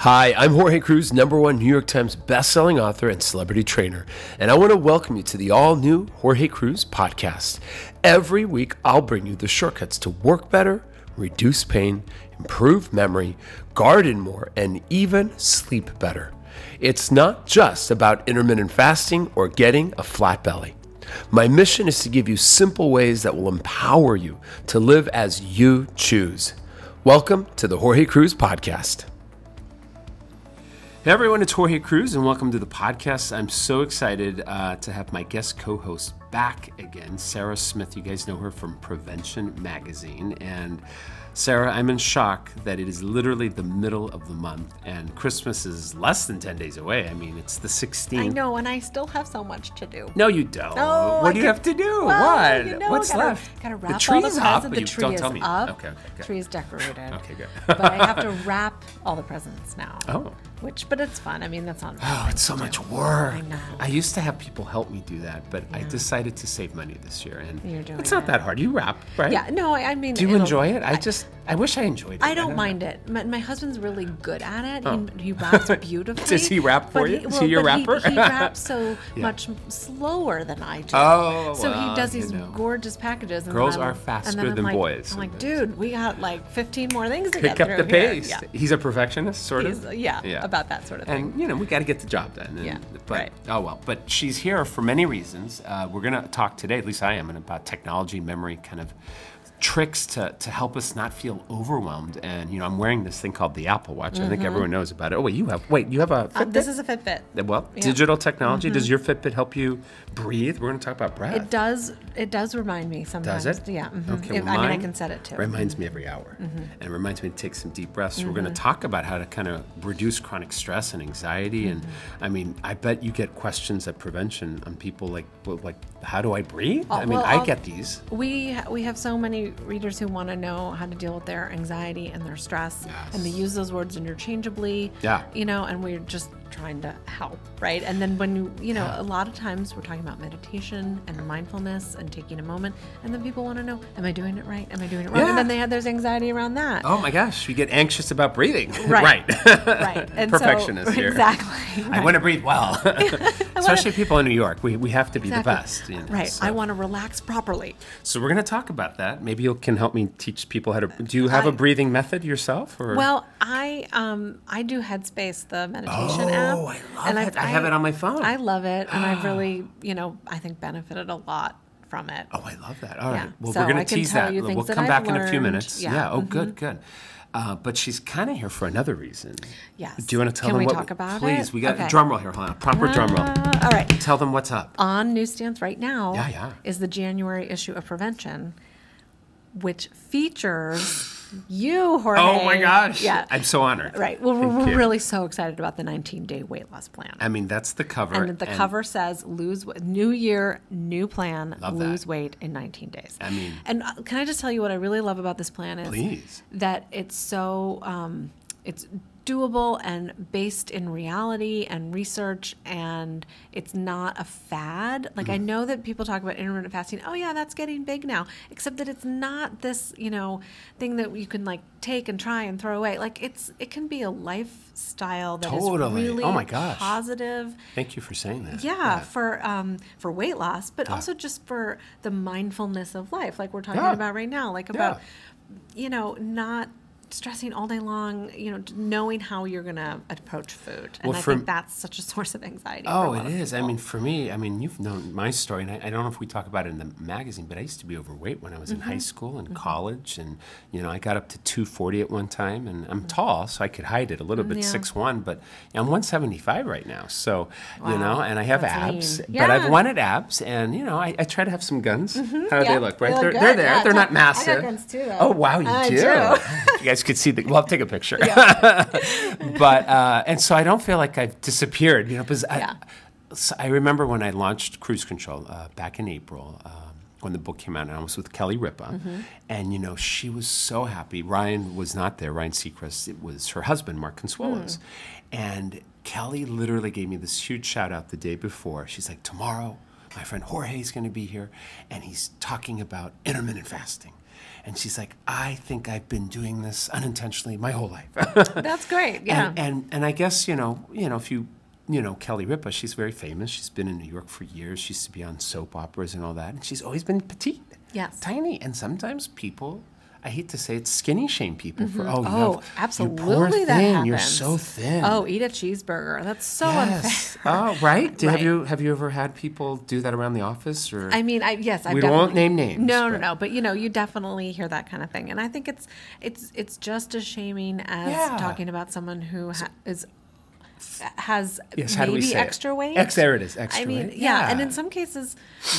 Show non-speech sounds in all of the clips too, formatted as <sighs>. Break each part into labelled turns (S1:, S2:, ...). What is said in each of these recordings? S1: Hi, I'm Jorge Cruz, number one New York Times bestselling author and celebrity trainer, and I want to welcome you to the all new Jorge Cruz podcast. Every week, I'll bring you the shortcuts to work better, reduce pain, improve memory, garden more, and even sleep better. It's not just about intermittent fasting or getting a flat belly. My mission is to give you simple ways that will empower you to live as you choose. Welcome to the Jorge Cruz Podcast. Hey everyone, it's Jorge Cruz, and welcome to the podcast. I'm so excited uh, to have my guest co host back again, Sarah Smith. You guys know her from Prevention Magazine. And Sarah, I'm in shock that it is literally the middle of the month, and Christmas is less than 10 days away. I mean, it's the 16th.
S2: I know, and I still have so much to do.
S1: No, you don't.
S2: No,
S1: what
S2: I
S1: do you
S2: could-
S1: have to do?
S2: Well,
S1: what?
S2: you know,
S1: What's
S2: gotta,
S1: left?
S2: Gotta wrap
S1: the
S2: all
S1: tree's
S2: the
S1: up.
S2: presents.
S1: but
S2: The
S1: you
S2: tree
S1: don't
S2: is
S1: tell me.
S2: up.
S1: Okay, okay, okay.
S2: Tree is decorated.
S1: <laughs> Okay, good.
S2: but I have
S1: <laughs>
S2: to wrap all the presents now.
S1: Oh.
S2: Which, but it's fun. I mean,
S1: <gasps>
S2: that's not.
S1: Oh, it's so much work. I
S2: know.
S1: used to have people help me do that, but I decided to save money this year, and
S2: You're doing
S1: it's not
S2: it.
S1: that hard. You wrap, right?
S2: Yeah. No, I, I mean.
S1: Do you
S2: it'll-
S1: enjoy it? I just, I wish I enjoyed it.
S2: I don't mind it. My, my husband's really good at it. He, he raps beautifully.
S1: <laughs> Does he rap for
S2: but
S1: you? Is he your
S2: but
S1: rapper?
S2: He, raps
S1: <laughs>
S2: so much slower than I do.
S1: Oh,
S2: So
S1: well,
S2: he does
S1: you
S2: these
S1: know.
S2: gorgeous packages. And
S1: Girls
S2: then
S1: are
S2: I'm- and
S1: faster
S2: then I'm
S1: than
S2: like-
S1: boys
S2: I'm like,
S1: sometimes.
S2: dude, we got like 15 more things to
S1: Pick
S2: get
S1: up the
S2: through here."
S1: pace.
S2: Yeah.
S1: He's a perfectionist, sort
S2: He's-
S1: of.
S2: yeah, about that sort of thing.
S1: And you know, we got to get the job done. and-
S2: Yeah,
S1: but,
S2: right.
S1: Oh well, but she's here for many reasons. Uh, we're gonna talk today, at least I am, and about technology, memory, kind of tricks to, to help us not feel overwhelmed. And you know, I'm wearing this thing called the Apple Watch. I think everyone knows about it. Oh wait, you have wait, you have a
S2: Mm-hmm. Uh,
S1: Fitbit?
S2: this is a Fitbit.
S1: well,
S2: Yeah. Mm-hmm.
S1: digital technology. Does your Fitbit help you breathe? We're gonna talk about breath.
S2: It does. It does remind me sometimes.
S1: Does it?
S2: Yeah. mhm.
S1: Okay.
S2: It-
S1: well,
S2: I mean, I
S1: mine
S2: can set it too. Mm-hmm.
S1: Reminds me every hour, and it reminds me to take some deep breaths. We're going to talk about how to kind of reduce chronic stress and anxiety, and
S2: Mm-hmm.
S1: I mean, I bet you get questions at prevention on people like, well, like, how do I breathe? I mean,
S2: Oh, well,
S1: I
S2: I'll-
S1: get these.
S2: We ha- we have so many readers who want to know how to deal with their anxiety and their stress, and they use those words interchangeably.
S1: Yeah.
S2: You know, and we're just trying to help, right? And then when you you know, a lot of times we're talking about meditation and mindfulness and taking a moment, and then people want to know, am I doing it right? Am I doing it wrong?
S1: Yeah.
S2: And then they have there's anxiety around that.
S1: Oh my gosh, you get anxious about breathing. <laughs>
S2: Right.
S1: right.
S2: Right. And
S1: Perfectionist
S2: so,
S1: here.
S2: <laughs> Exactly.
S1: I want to breathe
S2: <laughs>
S1: well, <laughs> especially people in New York. We, we have to be the best. you know,
S2: Right.
S1: so.
S2: I want to relax properly.
S1: So we're going to talk about that. Maybe you can help me teach people how to. Do you have a breathing method yourself? Or?
S2: Well, I um I do Headspace, the meditation app.
S1: Oh, I love it. I have it on my phone.
S2: I love it, and
S1: <gasps>
S2: I've really, you know, I think benefited a lot from it.
S1: Oh, I love that. All right.
S2: Yeah.
S1: Well,
S2: So
S1: we're going
S2: I
S1: to
S2: can
S1: tease
S2: tell
S1: that.
S2: you
S1: We'll
S2: things that
S1: come
S2: I've
S1: back in a few
S2: learned.
S1: minutes.
S2: Yeah. Mm-hmm.
S1: Oh, good, good. Uh, but she's kind of here for another reason.
S2: Yes.
S1: Do you want to tell
S2: Can
S1: them
S2: we
S1: what?
S2: talk about
S1: please,
S2: it?
S1: we got a
S2: Okay.
S1: drum roll here. Hold on. Proper drum roll.
S2: Uh, all right.
S1: Tell them what's up.
S2: On newsstands right now
S1: Yeah, yeah.
S2: is the January issue of Prevention,
S1: <laughs>
S2: which features you, Jorge.
S1: oh my gosh.
S2: Yeah.
S1: I'm so honored.
S2: right. Well, we're,
S1: Thank
S2: we're
S1: you.
S2: really so excited about the 19-day weight loss plan.
S1: I mean, that's the cover.
S2: and the cover says lose w- new year new plan
S1: Love that.
S2: lose weight in 19 days
S1: I mean-
S2: and uh, can i just tell you what i really love about this plan is
S1: Please.
S2: that it's so um, it's doable and based in reality and research and it's not a fad like
S1: Mm-hmm.
S2: i know that people talk about intermittent fasting oh yeah that's getting big now except that it's not this you know thing that you can like take and try and throw away like it's it can be a lifestyle that is
S1: Totally. Oh
S2: really
S1: my gosh.
S2: positive
S1: Thank you for saying that.
S2: yeah, for um, for weight loss, but also just for the mindfulness of life, like we're talking
S1: Yeah.
S2: about right now, like about you know not stressing all day long, you know, knowing how you're gonna approach food, and
S1: Well,
S2: I
S1: for-
S2: think that's such a <laughs> source of anxiety. for a
S1: Oh, it
S2: lot of
S1: is. I
S2: people.
S1: mean, for me, I mean, you've known my story, and I, I don't know if we talk about it in the magazine, but I used to be overweight when I was in
S2: Mm-hmm.
S1: high school and college, and you know, I got up to 240 at one time, and I'm tall, so I could hide it a little bit,
S2: Mm. Yeah.
S1: six one, but I'm 175 right now, so you know,
S2: Wow.
S1: and I have
S2: That's
S1: abs,
S2: lean.
S1: but I've
S2: Yeah. Mm-hmm.
S1: wanted abs, and you know, I, I try to have some guns. How do
S2: Yeah,
S1: they look? Right,
S2: they look
S1: they're,
S2: good.
S1: they're there.
S2: Yeah,
S1: they're
S2: I
S1: not
S2: got- I got
S1: massive.
S2: guns too, though. Uh,
S1: Oh wow, you
S2: I
S1: do.
S2: do.
S1: <laughs> you guys could see the. Well, I'll take a
S2: <laughs>
S1: picture. but uh, and so I don't feel like I've disappeared, you know, because
S2: Yeah.
S1: I, so I remember when I launched Cruise Control uh, back in April. Um, when the book came out, and I was with Kelly Ripa, and you know she was so happy. Ryan was not there. Ryan Seacrest. It was her husband, Mark Consuelos, and Kelly literally gave me this huge shout out the day before. She's like, "Tomorrow, my friend Jorge is going to be here, and he's talking about intermittent fasting." And she's like, I think I've been doing this unintentionally my whole life. <laughs>
S2: That's great. Yeah.
S1: And, and and I guess you know you know if you you know Kelly Ripa, she's very famous. She's been in New York for years. She used to be on soap operas and all that, and she's always been petite,
S2: Yes.
S1: tiny. And sometimes people, I hate to say it, skinny shame people for oh, you
S2: Oh,
S1: have- you poor
S2: absolutely
S1: thing,
S2: that
S1: you're
S2: happens.
S1: so thin.
S2: oh, eat a cheeseburger. That's so unfair. <laughs>
S1: yes. oh, right. Do- Have
S2: Right.
S1: you have you ever had people do that around the office or?
S2: I mean, I yes, I
S1: We won't name names,
S2: No,
S1: but-
S2: no, no. But you know, you definitely hear that kind of thing, and I think it's it's it's just as shaming as
S1: Yeah.
S2: talking about someone who ha- is has
S1: Yes, how do we
S2: maybe
S1: say it?
S2: extra weight.
S1: Ex- there it is, extra
S2: I mean,
S1: weight.
S2: Yeah. and
S1: Yeah.
S2: in some cases,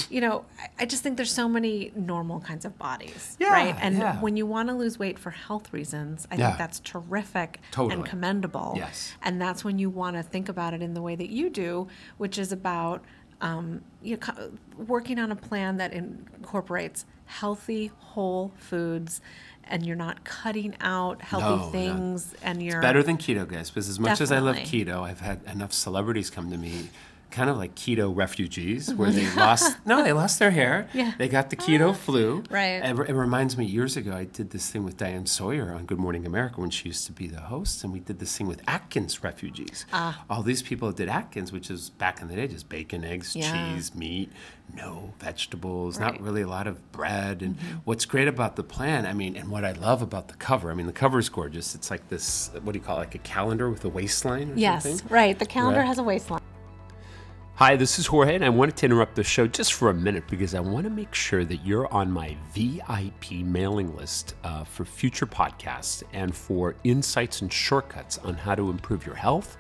S2: you know, I, I just think there's so many normal kinds of bodies,
S1: Yeah,
S2: right? And
S1: yeah.
S2: when you want to lose weight for health reasons, I
S1: Yeah.
S2: think that's terrific and
S1: Totally.
S2: commendable.
S1: Yes.
S2: And that's when you want to think about it in the way that you do, which is about um, you know, co- working on a plan that incorporates healthy, whole foods, and you're not cutting out healthy
S1: No, no.
S2: things, and you're
S1: better than keto, guys, because as much as I
S2: Definitely.
S1: love keto, I've had enough celebrities come to me, kind of like keto refugees, where they
S2: <laughs>
S1: lost no, they lost their hair.
S2: Yeah. Ah,
S1: They got the keto flu.
S2: Right.
S1: It, re- it reminds me years ago I did this thing with Diane Sawyer on Good Morning America when she used to be the host, and we did this thing with Atkins refugees.
S2: Ah.
S1: All these people that did Atkins, which is back in the day just bacon, eggs,
S2: Yeah.
S1: cheese, meat, no vegetables, not
S2: Right. Mm-hmm.
S1: really a lot of bread. And what's great about the plan, I mean, and what I love about the cover, I mean, the cover is gorgeous. It's like this, what do you call it, like a calendar with a waistline or
S2: yes,
S1: something?
S2: right. The calendar
S1: Right.
S2: has a waistline.
S1: Hi, this is Jorge, and I wanted to interrupt the show just for a minute because I want to make sure that you're on my VIP mailing list uh, for future podcasts and for insights and shortcuts on how to improve your health.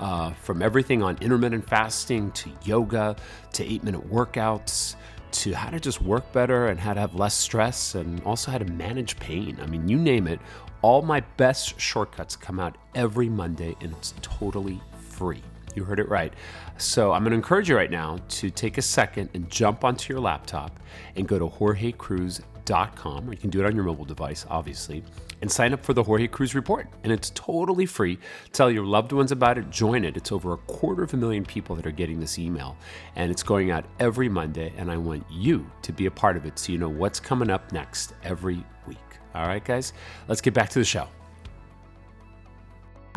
S1: Uh, from everything on intermittent fasting to yoga to eight minute workouts to how to just work better and how to have less stress and also how to manage pain. I mean, you name it, all my best shortcuts come out every Monday and it's totally free. You heard it right. So I'm going to encourage you right now to take a second and jump onto your laptop and go to jorgecruz.com, or you can do it on your mobile device, obviously, and sign up for the Jorge Cruz Report. And it's totally free. Tell your loved ones about it. Join it. It's over a quarter of a million people that are getting this email, and it's going out every Monday. And I want you to be a part of it so you know what's coming up next every week. All right, guys, let's get back to the show.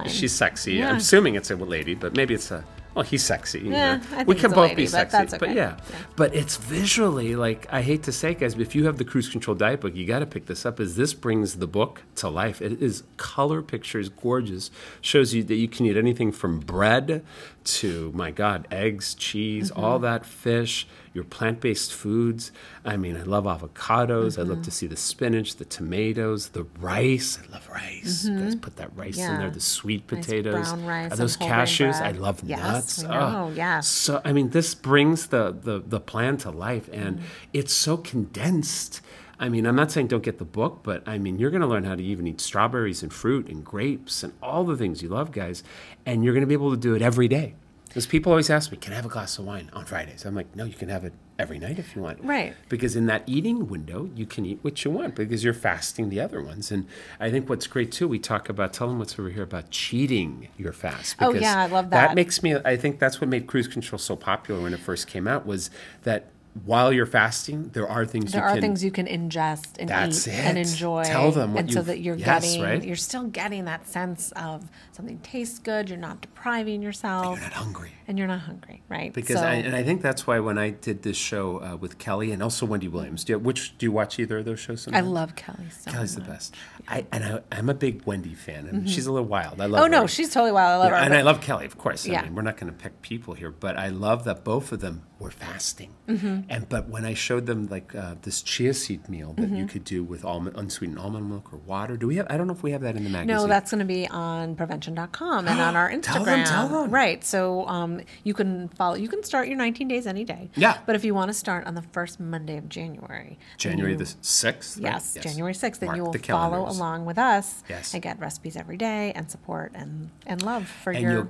S1: She's sexy.
S2: Yeah.
S1: I'm assuming it's a lady, but maybe it's a. Well, he's sexy. you know.
S2: Yeah, I think
S1: we can
S2: it's a
S1: both be
S2: lady, but
S1: sexy,
S2: that's
S1: but
S2: okay.
S1: yeah. But it's visually like I hate to say, it, guys, but if you have the cruise control diet book, you got to pick this up. Is this brings the book to life? It is color pictures, gorgeous. Shows you that you can eat anything from bread to my God, eggs, cheese,
S2: Mm-hmm.
S1: all that fish. Your plant-based foods. I mean, I love avocados. I
S2: Mm-hmm.
S1: love to see the spinach, the tomatoes, the rice. I love rice. Guys, put that rice in there.
S2: Mm-hmm. Yeah.
S1: The sweet
S2: Nice
S1: potatoes.
S2: brown rice
S1: Are
S2: and
S1: those
S2: whole grain
S1: cashews? I
S2: bread.
S1: love
S2: Yes,
S1: nuts.
S2: I
S1: Oh,
S2: know, yes.
S1: So I mean, this brings the the the plan to life,
S2: Mm-hmm.
S1: and it's so condensed. I mean, I'm not saying don't get the book, but I mean, you're going to learn how to even eat strawberries and fruit and grapes and all the things you love, guys, and you're going to be able to do it every day. Because people always ask me, "Can I have a glass of wine on Fridays?" I'm like, "No, you can have it every night if you want."
S2: Right.
S1: because in that eating window you can eat what you want because you're fasting the other ones and i think what's great too we talk about tell them what's over here about cheating your fast
S2: Oh,
S1: because
S2: yeah, I love
S1: that
S2: that.
S1: makes me i think that's what made cruise control so popular when it first came out was that while you're fasting there are things
S2: There
S1: you
S2: are
S1: can
S2: things you can ingest and
S1: That's
S2: eat and
S1: it.
S2: enjoy.
S1: Tell them what
S2: and so
S1: you've-
S2: that you're
S1: yes,
S2: getting,
S1: right?
S2: you're still getting that sense of something tastes good. You're not depriving yourself,
S1: you're not hungry
S2: and you're not hungry, right?
S1: because
S2: so,
S1: I, and I think that's why when I did this show uh, with Kelly and also Wendy Williams, do you, which do you watch either of those shows?
S2: I
S1: Sometimes?
S2: love Kelly so
S1: Kelly's the
S2: much.
S1: best. I and I, I'm a big Wendy fan. and She's a little wild. I love.
S2: Mm-hmm. Oh no,
S1: her.
S2: she's totally wild. I love
S1: Yeah,
S2: her.
S1: and I love Kelly, of course. I
S2: Yeah.
S1: mean, we're not going to pick people here, but I love that both of them were fasting.
S2: Mm-hmm.
S1: And but when I showed them like uh, this chia seed meal that
S2: Mm-hmm.
S1: you could do with almond, unsweetened almond milk or water, do we have? I don't know if we have that in the magazine.
S2: No, that's going to be on prevention.com
S1: <gasps>
S2: and on our Instagram.
S1: Tell them, tell them.
S2: Right. So um, you can follow, you can start your 19 days any day.
S1: Yeah.
S2: But if you want to start on the first Monday of January, then
S1: January
S2: you-
S1: the sixth. right?
S2: Yes, January 6th, then
S1: Mark
S2: you will
S1: the
S2: follow
S1: calendars.
S2: along with us
S1: Yes.
S2: and get recipes every day and support and, and love for
S1: and
S2: your
S1: you'll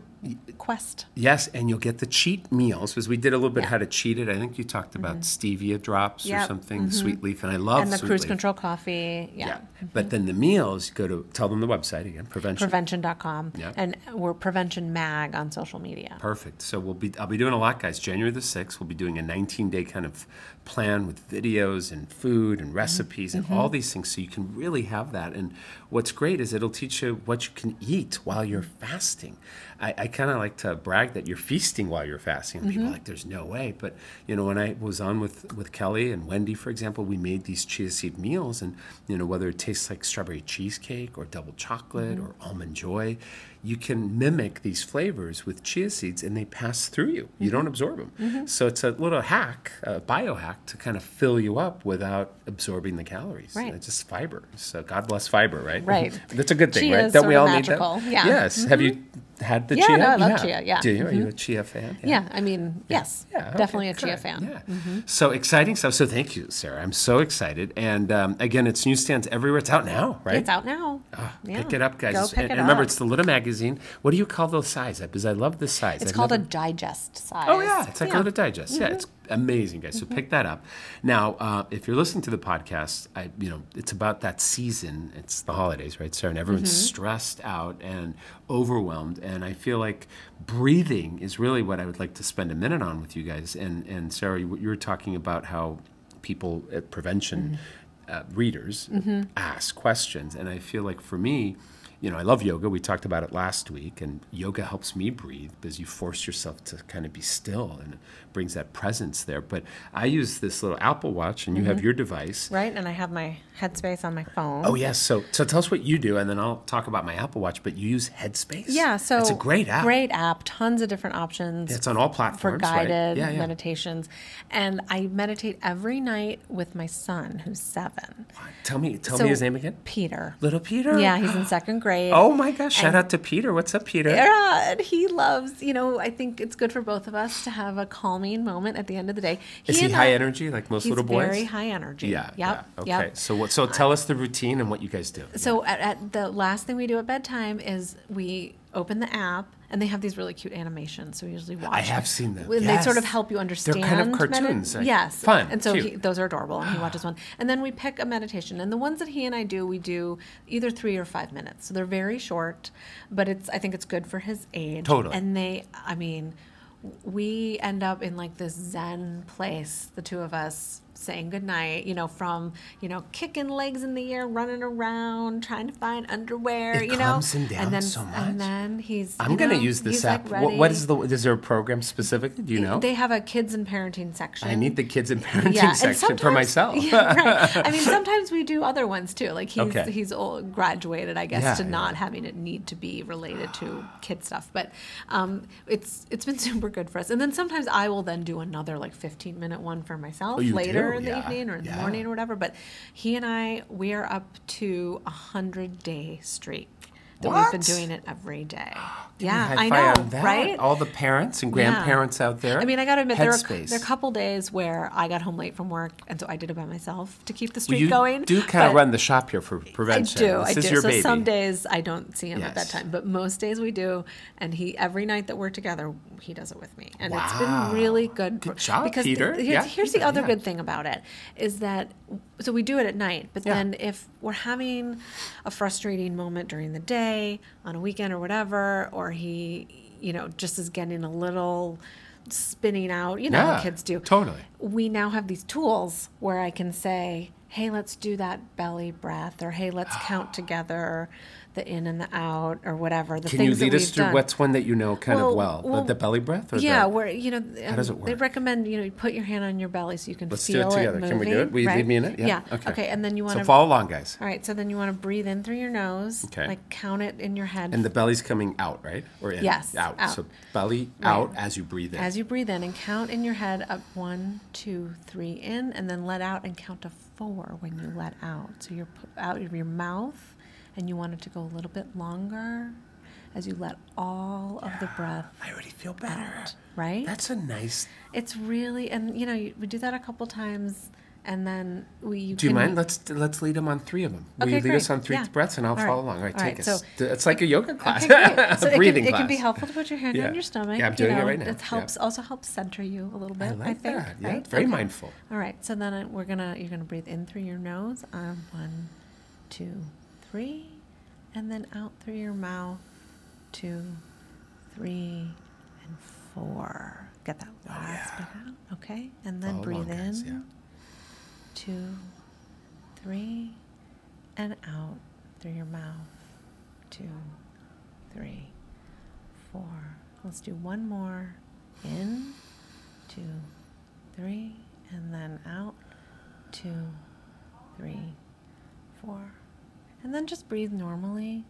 S2: quest.
S1: Yes, and you'll get the cheat meals because we did a little bit how to cheat it. I think you talked about stevia drops or
S2: Mm-hmm. Yep. Mm-hmm.
S1: something, the sweet leaf, and I love
S2: and the
S1: sweet
S2: cruise
S1: leaf.
S2: control coffee. Yeah. Mm-hmm.
S1: Yeah, but then the meals go to tell them the website again. Prevention.
S2: Prevention.com.
S1: Yep.
S2: And we're Prevention Mag on social media.
S1: Perfect. So we'll be I'll be doing a lot, guys. January the sixth, we'll be doing a 19 day kind of plan with videos and food and recipes and all these things, so you can really have that. And what's great is it'll teach you what you can eat while you're fasting. I, I kind of like to brag that you're feasting while you're fasting. And People are like, "There's no way," but you know, when I was on with with Kelly and Wendy, for example, we made these chia seed meals, and you know, whether it tastes like strawberry cheesecake or double chocolate
S2: Mm-hmm.
S1: or almond joy, you can mimic these flavors with chia seeds and they pass through you. You
S2: Mm-hmm.
S1: don't absorb them. So it's a little hack, a biohack to kind of fill you up without absorbing the calories.
S2: Right.
S1: It's just fiber. So God bless fiber, right?
S2: Right.
S1: <laughs> That's a good thing,
S2: Chia
S1: right?
S2: is
S1: Don't
S2: sort
S1: we
S2: of
S1: all need
S2: magical.
S1: that?
S2: Yeah. Mm-hmm.
S1: Yes. Have you had the
S2: Yeah,
S1: chia?
S2: no, I
S1: You
S2: love
S1: have.
S2: chia, yeah. Mm-hmm.
S1: Do you? Are you a chia fan?
S2: Yeah. I mean, yes.
S1: Yeah, okay,
S2: definitely a Chia
S1: good.
S2: fan. Mm-hmm.
S1: Yeah. So exciting stuff. So thank you, Sarah. I'm so excited. And um, again, it's newsstands everywhere. It's out now, right? Ah,
S2: It's out now. yeah.
S1: Pick it up, guys.
S2: Go
S1: It's-
S2: pick
S1: and
S2: it
S1: and remember,
S2: up.
S1: it's the Little Magazine. What do you call those size? Because I love this size.
S2: It's
S1: I've
S2: called
S1: never-
S2: a digest size.
S1: Oh yeah, it's like a little digest. Yeah, it's amazing, guys. So pick that up. Now, uh, if you're listening to the podcast, I you know it's about that season. It's the holidays, right, Sarah? And everyone's stressed out and overwhelmed. And I feel like breathing is really what I would like to spend a minute on with you guys. And and Sarah, you you were talking about how people at prevention
S2: Mm-hmm.
S1: uh, readers ask questions. And I feel like for me, you know, I love yoga. We talked about it last week, and yoga helps me breathe because you force yourself to kind of be still and it brings that presence there. But I use this little Apple Watch, and you have your device.
S2: Mm-hmm. Right. And I have my headspace on my phone.
S1: Oh yes, so so tell us what you do, and then I'll talk about my Apple Watch. But you use Headspace.
S2: Yeah, so
S1: it's a great app.
S2: Great app, tons of different options
S1: It's on all
S2: for
S1: platforms. right?
S2: guided
S1: Yeah, yeah.
S2: meditations. And I meditate every night with my son, who's seven.
S1: Tell me, tell
S2: So-
S1: me his name again.
S2: Peter.
S1: Little Peter.
S2: Yeah, he's in second grade.
S1: Oh my gosh! Shout out to Peter. What's up, Peter?
S2: Yeah, and he loves, you know, I think it's good for both of us to have a calming moment at the end of the day.
S1: Is he
S2: and
S1: high
S2: I-
S1: energy like most
S2: He's
S1: little boys?
S2: very high energy.
S1: Yeah.
S2: Yep.
S1: yeah. Okay.
S2: Yep.
S1: So what? So tell us the routine and what you guys do.
S2: So at, at the last thing we do at bedtime is we open the app, and they have these really cute animations. So we usually watch.
S1: I have seen them.
S2: And They sort of
S1: Yes.
S2: help you
S1: They're
S2: understand.
S1: kind of
S2: medi-
S1: cartoons, like,
S2: yes.
S1: fun,
S2: And so
S1: cute. Ah.
S2: he, those are adorable, and he watches one. And then we pick a meditation, and the ones that he and I do, we do either three or five minutes. So they're very short, but it's I think it's good for his age.
S1: Totally.
S2: And they, I mean. We end up in like this zen place, the two of us saying goodnight, you know, from, you know, kicking legs in the air, running around, trying to find underwear,
S1: It
S2: you know.
S1: calms him down
S2: and then,
S1: so much.
S2: And then he's.
S1: I'm
S2: you
S1: gonna
S2: know,
S1: use this
S2: he's,
S1: app.
S2: Like
S1: What- what
S2: ready.
S1: is the? Is there a program specifically? Do you know?
S2: They have a kids and parenting section.
S1: I need the kids and parenting
S2: Yeah, and
S1: section for
S2: sometimes-
S1: myself.
S2: <laughs> Yeah,
S1: <laughs>
S2: right. I mean, sometimes we do other ones too. Like he's
S1: Okay.
S2: he's old, graduated, I guess,
S1: Yeah,
S2: to
S1: yeah.
S2: not having it need to be related to kid stuff. But um, it's it's been <laughs> super good for us. And then sometimes I will then do another like 15 minute one for myself
S1: Oh, you do?
S2: later in the
S1: Yeah,
S2: evening or in the
S1: yeah.
S2: morning or whatever. But he and I we are up to a hundred day streak that we've been
S1: What?
S2: doing it every
S1: <gasps>
S2: day.
S1: High
S2: yeah, I
S1: five
S2: know,
S1: on that.
S2: right?
S1: All the parents and
S2: Yeah.
S1: grandparents out there.
S2: I mean, I got to admit, there are,
S1: Headspace.
S2: there are a couple days where I got home late from work, and so I did it by myself to keep the
S1: Well,
S2: streak
S1: you
S2: going.
S1: do kind of
S2: but
S1: run the shop here for
S2: I
S1: prevention.
S2: do.
S1: This
S2: I
S1: is
S2: do.
S1: your
S2: so
S1: baby.
S2: some days I don't see him at that
S1: Yes.
S2: time, but most days we do. And he every night that we're together, he does it with me, and it's
S1: Wow.
S2: been really good. for-
S1: Good job,
S2: because
S1: Peter.
S2: here's,
S1: Yeah,
S2: here's
S1: Peter,
S2: the other
S1: yeah.
S2: good thing about it is that so we do it at night, but
S1: Yeah.
S2: then if we're having a frustrating moment during the day, on a weekend or whatever, or he, you know, just is getting a little spinning out, you know,
S1: yeah,
S2: how kids do
S1: Totally.
S2: we now have these tools where I can say, hey, let's do that belly breath, or hey, let's
S1: <gasps>
S2: count together the in and the out, or whatever. The
S1: Can you
S2: things
S1: lead
S2: that
S1: us
S2: we've
S1: through
S2: done.
S1: what's one that you know kind of
S2: Well,
S1: well? The-
S2: well,
S1: the belly breath? Or
S2: yeah,
S1: the,
S2: where you know, um,
S1: does it
S2: they
S1: work?
S2: recommend you know you put your hand on your belly so you can
S1: Let's do it
S2: feel
S1: together.
S2: moving.
S1: Can we do it? Will you lead
S2: right?
S1: me in it? Yeah. Okay.
S2: Okay. And then you want
S1: So
S2: to.
S1: follow along, guys.
S2: all right. So then you want to breathe in through your nose.
S1: Okay.
S2: Like count it in your head
S1: And the belly's coming out, right? Or in?
S2: Yes,
S1: Out.
S2: out.
S1: So belly out as you breathe in.
S2: As you breathe in and count in your head up one, two, three in, and then let out and count to four when you let out. So you're put out of your mouth and you want it to go a little bit longer as you let all of the breath
S1: I already feel better.
S2: out, right?
S1: That's a nice.
S2: it's really, and you know, you, we do that a couple times and then we.
S1: Do you
S2: can-
S1: mind? Let's let's lead them on three of them. Will
S2: Okay,
S1: you lead
S2: great.
S1: us on three
S2: Yeah.
S1: breaths, and I'll
S2: All right.
S1: follow along. All right,
S2: All
S1: take
S2: right,
S1: us.
S2: so-
S1: D- it's like a yoga class,
S2: Okay,
S1: <laughs>
S2: great. So
S1: a breathing
S2: it can,
S1: class.
S2: It can be helpful to put your hand
S1: Yeah.
S2: on your stomach.
S1: Yeah, I'm
S2: you
S1: doing it
S2: know,
S1: right now.
S2: It
S1: Yeah.
S2: helps also helps center you a little
S1: I
S2: bit. I,
S1: like
S2: think.
S1: that. Yeah,
S2: right?
S1: it's very
S2: Okay.
S1: mindful.
S2: All right. So then I- we're gonna you're gonna breathe in through your nose on one, two, three, and then out through your mouth, two, three, and four. Get that last
S1: Oh, yeah.
S2: bit out. Okay. And then
S1: Follow
S2: breathe
S1: along,
S2: in
S1: guys, yeah.
S2: two, three, and out through your mouth. Two, three, four. Let's do one more. In, two, three, and then out. Two, three, four. And then just breathe normally.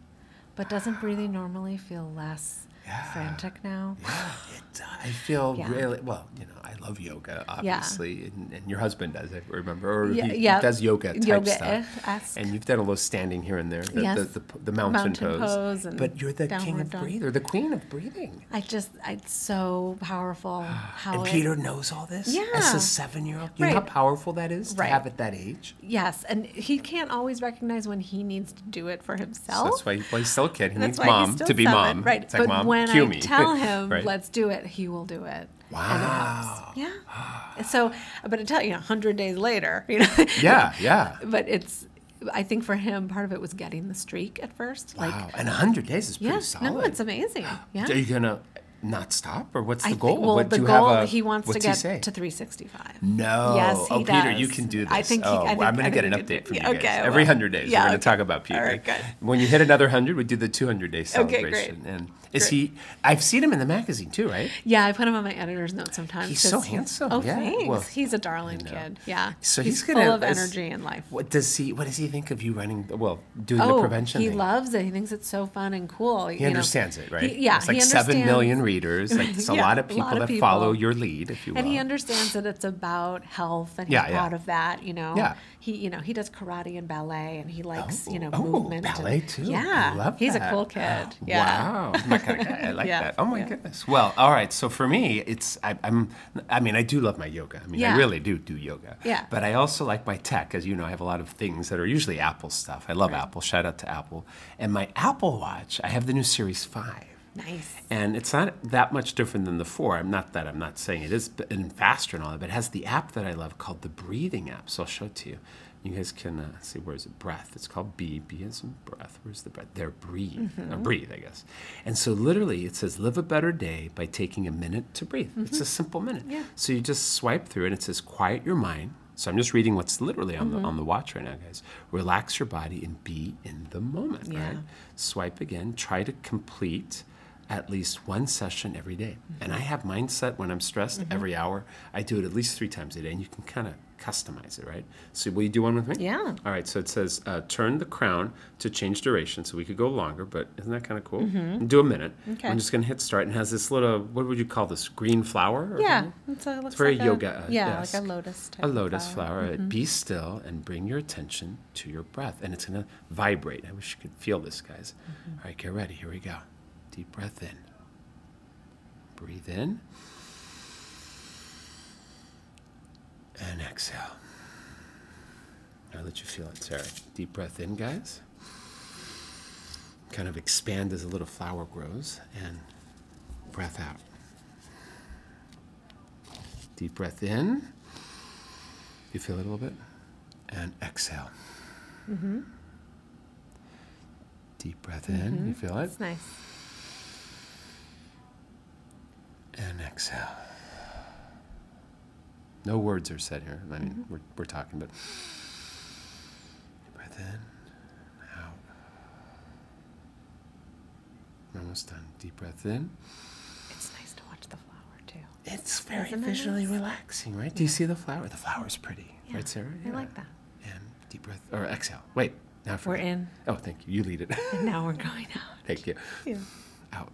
S1: <gasps>
S2: But doesn't breathing normally feel less
S1: Yeah.
S2: frantic now?
S1: Yeah,
S2: <laughs>
S1: it, I feel
S2: Yeah.
S1: really well. You know, I love yoga,
S2: Yeah.
S1: obviously, and, and your husband does. I remember, or
S2: Yeah,
S1: he
S2: yeah.
S1: does yoga type
S2: Yoga,
S1: stuff.
S2: eh, esque.
S1: And you've done a little standing here and there, the,
S2: Yes.
S1: the, the, p- the mountain,
S2: Mountain
S1: pose.
S2: pose and
S1: but you're the king
S2: downward
S1: of
S2: dog.
S1: breather, the queen of breathing.
S2: I just, it's so
S1: <sighs>
S2: powerful how
S1: and
S2: it-
S1: Peter knows all this. as
S2: Yeah.
S1: a seven-year-old, you know how
S2: Right.
S1: powerful that is to
S2: Right.
S1: have at that age.
S2: Yes, and he can't always recognize when he needs to do it for himself.
S1: So that's why well, he's still a kid. He needs
S2: That's why
S1: mom
S2: he's still
S1: to be
S2: seven,
S1: mom.
S2: right?
S1: It's like,
S2: but
S1: mom,
S2: when
S1: cue
S2: I
S1: me. <laughs>
S2: tell him,
S1: Right.
S2: "Let's do it," he will do it.
S1: Wow.
S2: And it helps. Yeah. So, but I tell you, a hundred days later, <laughs> you know.
S1: Yeah, yeah.
S2: But it's, I think for him, part of it was getting the streak at first. Like,
S1: wow. And 100 days is pretty
S2: yeah,
S1: solid.
S2: no, it's
S1: <gasps>
S2: amazing. Yeah.
S1: Are you gonna not stop, or what's the
S2: I
S1: goal?
S2: Think, well,
S1: What
S2: the
S1: do you
S2: goal
S1: have a-
S2: he wants to
S1: what's
S2: get
S1: say?
S2: to 365.
S1: No.
S2: Yes, he
S1: oh, Peter, you
S2: does.
S1: can do this.
S2: I think he-
S1: oh,
S2: I think-
S1: am going
S2: I
S1: to get an
S2: think he
S1: update
S2: could
S1: from
S2: do-
S1: you
S2: yeah,
S1: guys.
S2: okay,
S1: Every
S2: well,
S1: 100 days,
S2: yeah,
S1: we're going
S2: okay.
S1: to talk about Peter.
S2: All right, good.
S1: When you hit another 100, we do the 200 day
S2: <laughs> Okay,
S1: celebration.
S2: great.
S1: And is
S2: Great.
S1: he? I've seen him in the magazine too, right?
S2: Yeah, I put him on my editor's note sometimes.
S1: He's so
S2: 'cause
S1: handsome,
S2: Oh,
S1: yeah,
S2: thanks.
S1: well,
S2: he's a darling
S1: know.
S2: kid. Yeah.
S1: So he's
S2: full
S1: gonna-
S2: of
S1: is-
S2: energy and life.
S1: What does he? What does he think of you running? Well, doing
S2: Oh,
S1: the prevention.
S2: he
S1: thing?
S2: loves it. He thinks it's so fun and cool.
S1: He understands it, right?
S2: He, yeah,
S1: It's like
S2: he
S1: seven million
S2: understands-
S1: readers. Like it's a
S2: <laughs> Yeah,
S1: lot of
S2: a
S1: people
S2: lot of
S1: that follow
S2: people.
S1: your lead, if you will.
S2: And he understands that it's about health, and he's
S1: Yeah, yeah.
S2: proud of that. You know,
S1: Yeah.
S2: He, you know, he does karate and ballet, and he likes, you know,
S1: Oh,
S2: movement. and-
S1: ballet too.
S2: Yeah,
S1: I love
S2: he's
S1: that. Oh,
S2: a
S1: <gasps>
S2: cool kid. Yeah.
S1: Wow, I'm that kind of guy. I like
S2: <laughs> Yeah,
S1: that. Oh my
S2: yeah.
S1: goodness. Well, all right. So for me, it's I, I'm. I mean, I do love my yoga. I mean, I
S2: Yeah.
S1: really do do yoga.
S2: Yeah.
S1: But I also like my tech, as you know. I have a lot of things that are usually Apple stuff. I love Apple. Shout out to Apple. And my Apple Watch, I have the new Series Five.
S2: Nice.
S1: And it's not that much different than the four. I'm not that I'm not saying it is b- and faster and all that, but it has the app that I love called the Breathing app. So I'll show it to you. You guys can uh, see where's it? Breath. It's called B. B is in breath. Where's the breath? There, breathe. Uh,
S2: Mm-hmm.
S1: breathe, I guess. And so literally, it says live a better day by taking a minute to breathe. It's a simple minute.
S2: Mm-hmm. Yeah.
S1: So you just swipe through, and it says quiet your mind. So I'm just reading what's literally on
S2: Mm-hmm.
S1: the on the watch right now, guys. Relax your body and be in the moment.
S2: Yeah.
S1: Right? Swipe again. Try to complete at least one session every day. And I
S2: Mm-hmm.
S1: have mine set when I'm stressed every hour. I do it at least three times a day, and you can kind of customize it, right? So, will you do one with me?
S2: Yeah.
S1: All right. So it says uh, turn the crown to change duration, so we could go longer. But isn't that kind of cool? Do a minute.
S2: Mm-hmm. Okay.
S1: I'm just gonna hit start, and it has this little what would you call this green flower? or
S2: Yeah.
S1: something?
S2: It's, a, it looks
S1: very
S2: like
S1: yoga, uh,
S2: A, yeah,
S1: esque.
S2: like a lotus. Type
S1: A
S2: of
S1: lotus
S2: flower.
S1: flower. uh, Be still and bring your attention to your breath. And it's going to vibrate. I wish you could feel this, guys. All right, get ready. Here we go. Deep breath in. Breathe in. And exhale. I'll let you feel it, Sarah. Deep breath in, guys. Kind of expand as a little flower grows. And breath out. Deep breath in. You feel it a little bit? And exhale. Deep breath in. You feel it?
S2: It's nice.
S1: And exhale. No words are said here. I mean, we're, we're talking, but breath in, out. We're almost done. Deep breath in.
S2: It's nice to watch the flower too.
S1: It's very
S2: Isn't it
S1: visually
S2: nice?
S1: relaxing, right? Do you see the flower? The flower's pretty,
S2: Yeah,
S1: right, Sarah?
S2: I like that.
S1: And deep breath or exhale. Wait, now
S2: We're in.
S1: Oh, thank you. You lead it. <laughs>
S2: And now we're going out.
S1: thank you.
S2: <laughs> Yeah.
S1: Out.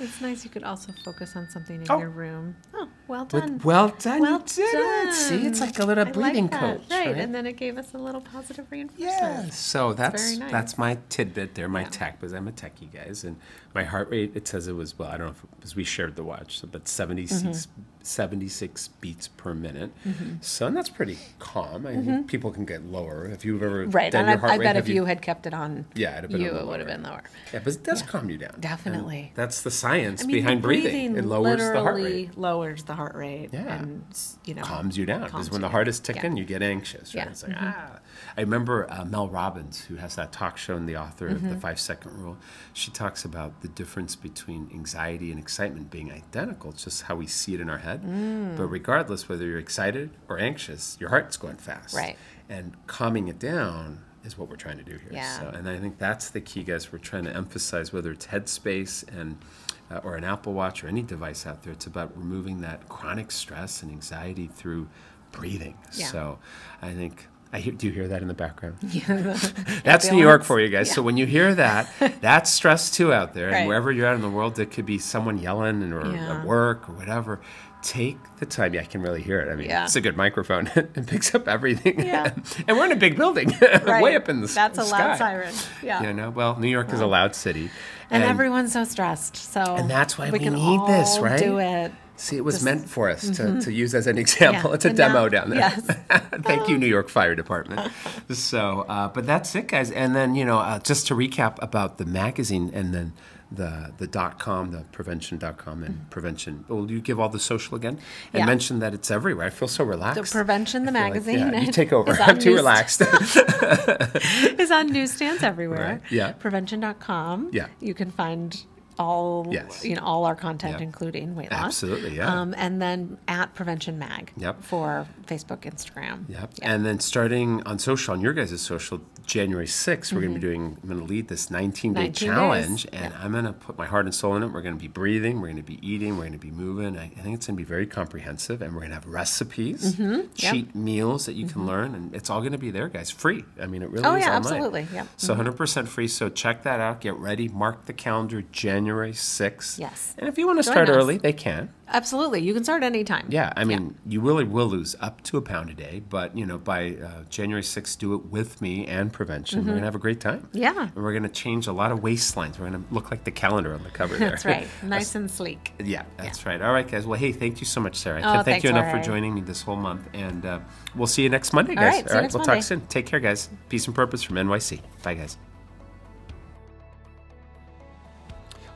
S2: It's nice you could also focus on something in
S1: Oh.
S2: your room. Oh, Well
S1: With-
S2: done.
S1: well done.
S2: Well
S1: you did it. See, it's like a little
S2: I like
S1: breathing
S2: that.
S1: coach.
S2: Right.
S1: Right.
S2: And then it gave us a little positive reinforcement.
S1: yeah. So that's
S2: nice.
S1: that's my tidbit there, my tech, because I'm a techie guys, and my heart rate it says it was well, I don't know if because we shared the watch, so, but 76,
S2: Mm-hmm.
S1: 76 beats per minute. So and that's pretty calm. I think people can get lower if you've ever
S2: Mm-hmm. Right.
S1: done
S2: And
S1: your heart
S2: I, I
S1: rate.
S2: bet
S1: have
S2: if you had kept it on
S1: Yeah, it'd have been
S2: you,
S1: on the
S2: it would have
S1: lower.
S2: been lower.
S1: yeah, but it does calm you down. And
S2: Definitely.
S1: that's the science
S2: I mean,
S1: behind
S2: the
S1: breathing. It lowers the heart
S2: literally
S1: rate,
S2: Lowers the heart rate.
S1: Yeah.
S2: And s- you know
S1: calms you down
S2: calms
S1: because when
S2: you
S1: the
S2: down.
S1: heart is ticking,
S2: Yeah.
S1: you get anxious. Right?
S2: Yeah. Mm-hmm.
S1: It's like ah. I remember uh, Mel Robbins, who has that talk show and the author of the
S2: Mm-hmm.
S1: Five Second Rule. She talks about the difference between anxiety and excitement being identical. It's just how we see it in our head. But
S2: Mm.
S1: regardless whether you're excited or anxious, your heart's going fast.
S2: Right.
S1: And calming it down is what we're trying to do here.
S2: Yeah.
S1: So, and I think that's the key, guys. We're trying to emphasize whether it's Headspace and uh, or an Apple Watch or any device out there. It's about removing that chronic stress and anxiety through breathing.
S2: Yeah.
S1: So, I think. I hear, do you hear that in the background?
S2: <laughs> Yeah.
S1: <laughs> That's New York
S2: Ambulance.
S1: for you guys. So when you hear
S2: <laughs>
S1: that, that's stress too out there.
S2: Right.
S1: And wherever you're at in the world, it could be someone yelling and- or
S2: Yeah.
S1: at work or whatever. Take the time. Yeah, I can really hear it. I mean,
S2: Yeah.
S1: it's a good microphone. <laughs> it picks up everything.
S2: Yeah.
S1: <laughs> and we're in a big building, <laughs> way
S2: Right.
S1: up in the s-
S2: That's a
S1: sky.
S2: loud siren. Yeah.
S1: You know, well, New York is a loud city.
S2: and, everyone's so stressed. So
S1: and that's why we
S2: can
S1: need this,
S2: all
S1: right?
S2: Do it.
S1: See, it was meant for us to, to use as an example.
S2: Mm-hmm. Yeah,
S1: It's a
S2: and now-
S1: demo down there.
S2: yes.
S1: <laughs> Thank you, New York Fire Department. So, uh, but that's it, guys. And then, you know, uh, just to recap about the magazine and then the the dot com, the prevention.com and prevention. Will you give all the social again? And
S2: Mm-hmm. Yeah.
S1: mention that it's everywhere. I feel so
S2: The
S1: relaxed.
S2: Prevention, the
S1: I feel like-
S2: magazine.
S1: yeah,
S2: <laughs>
S1: you take over. <laughs>
S2: is
S1: I'm
S2: on
S1: too
S2: news- <laughs>
S1: relaxed.
S2: Is on newsstands everywhere.
S1: Right, yeah.
S2: Prevention.com.
S1: Yeah.
S2: You can find all
S1: Yes.
S2: you know all our content,
S1: Yeah.
S2: including weight loss.
S1: Absolutely, yeah.
S2: Um, and then at Prevention Mag.
S1: Yep.
S2: For Facebook, Instagram.
S1: Yep.
S2: Yeah.
S1: And then starting on social, on your guys' social, January 6th, we're going to be doing, I'm going to lead this 19 day
S2: 19 Mm-hmm. days.
S1: challenge. And I'm going to put my heart and soul in it. We're going to be breathing, we're going to be eating, we're going to be moving. I, I think it's going to be very comprehensive. And we're going to have recipes,
S2: Mm-hmm. Yep. Mm-hmm.
S1: cheat meals that you can learn. And it's all going to be there, guys, free. I mean, it really
S2: Oh,
S1: is
S2: yeah,
S1: online.
S2: absolutely. Yep. Mm-hmm.
S1: So 100% free. So check that out. Get ready. Mark the calendar January 6th.
S2: Yes.
S1: And if you want to
S2: Join
S1: start
S2: us.
S1: early, they can.
S2: Absolutely. You can start anytime.
S1: Yeah, I mean, you really will lose up to a pound a day, but you know, by uh, January 6th, do it with me and prevention. We're gonna have a great time.
S2: Mm-hmm. Yeah.
S1: <laughs> and we're gonna change a lot of waistlines. We're gonna look like the calendar on the cover there.
S2: That's right. Nice and sleek.
S1: <laughs> yeah, that's right. All right, guys. Well, hey, thank you so much, Sarah. I
S2: Oh,
S1: can't thank
S2: thanks,
S1: you enough for
S2: Jorge.
S1: joining me this whole month, and uh, we'll see you next Monday,
S2: All
S1: guys.
S2: right, see you next
S1: we'll
S2: Monday.
S1: talk soon. Take care, guys. Peace and purpose from NYC. Bye, guys.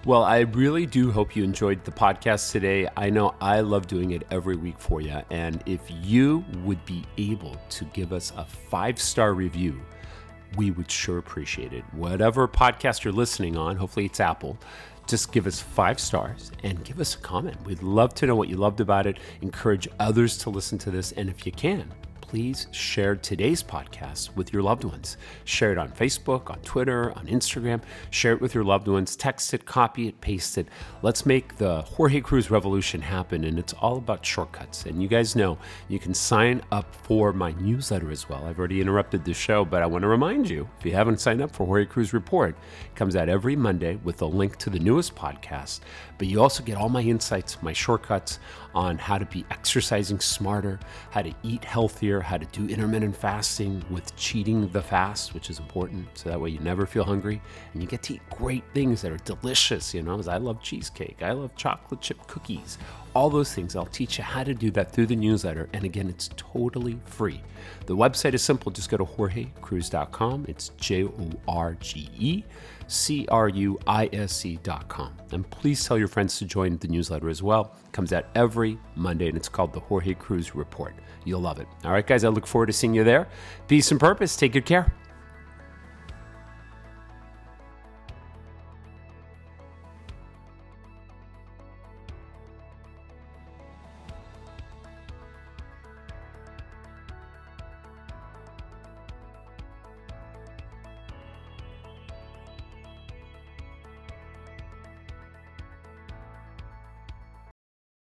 S3: Well, I really do hope you enjoyed the podcast today. I know I love doing it every week for you. And if you would be able to give us a five star review, we would sure appreciate it. Whatever podcast you're listening on, hopefully it's Apple, just give us five stars and give us a comment. We'd love to know what you loved about it. Encourage others to listen to this. And if you can, please share today's podcast with your loved ones. Share it on Facebook, on Twitter, on Instagram. Share it with your loved ones. Text it, copy it, paste it. Let's make the Jorge Cruz revolution happen. And it's all about shortcuts. And you guys know you can sign up for my newsletter as well. I've already interrupted the show, but I want to remind you if you haven't signed up for Jorge Cruz Report, it comes out every Monday with a link to the newest podcast. But you also get all my insights, my shortcuts on how to be exercising smarter, how to eat healthier, how to do intermittent fasting with cheating the fast, which is important. So that way you never feel hungry and you get to eat great things that are delicious. You know, as I love cheesecake, I love chocolate chip cookies, all those things. I'll teach you how to do that through the newsletter. And again, it's totally free. The website is simple. Just go to jorgecruz.com. It's J O R G E C R U I S E.com. And please tell your friends to join the newsletter as well. It comes out every Monday and it's called the Jorge Cruz Report. You'll love it. All right, guys, I look forward to seeing you there. Peace and purpose. Take good care.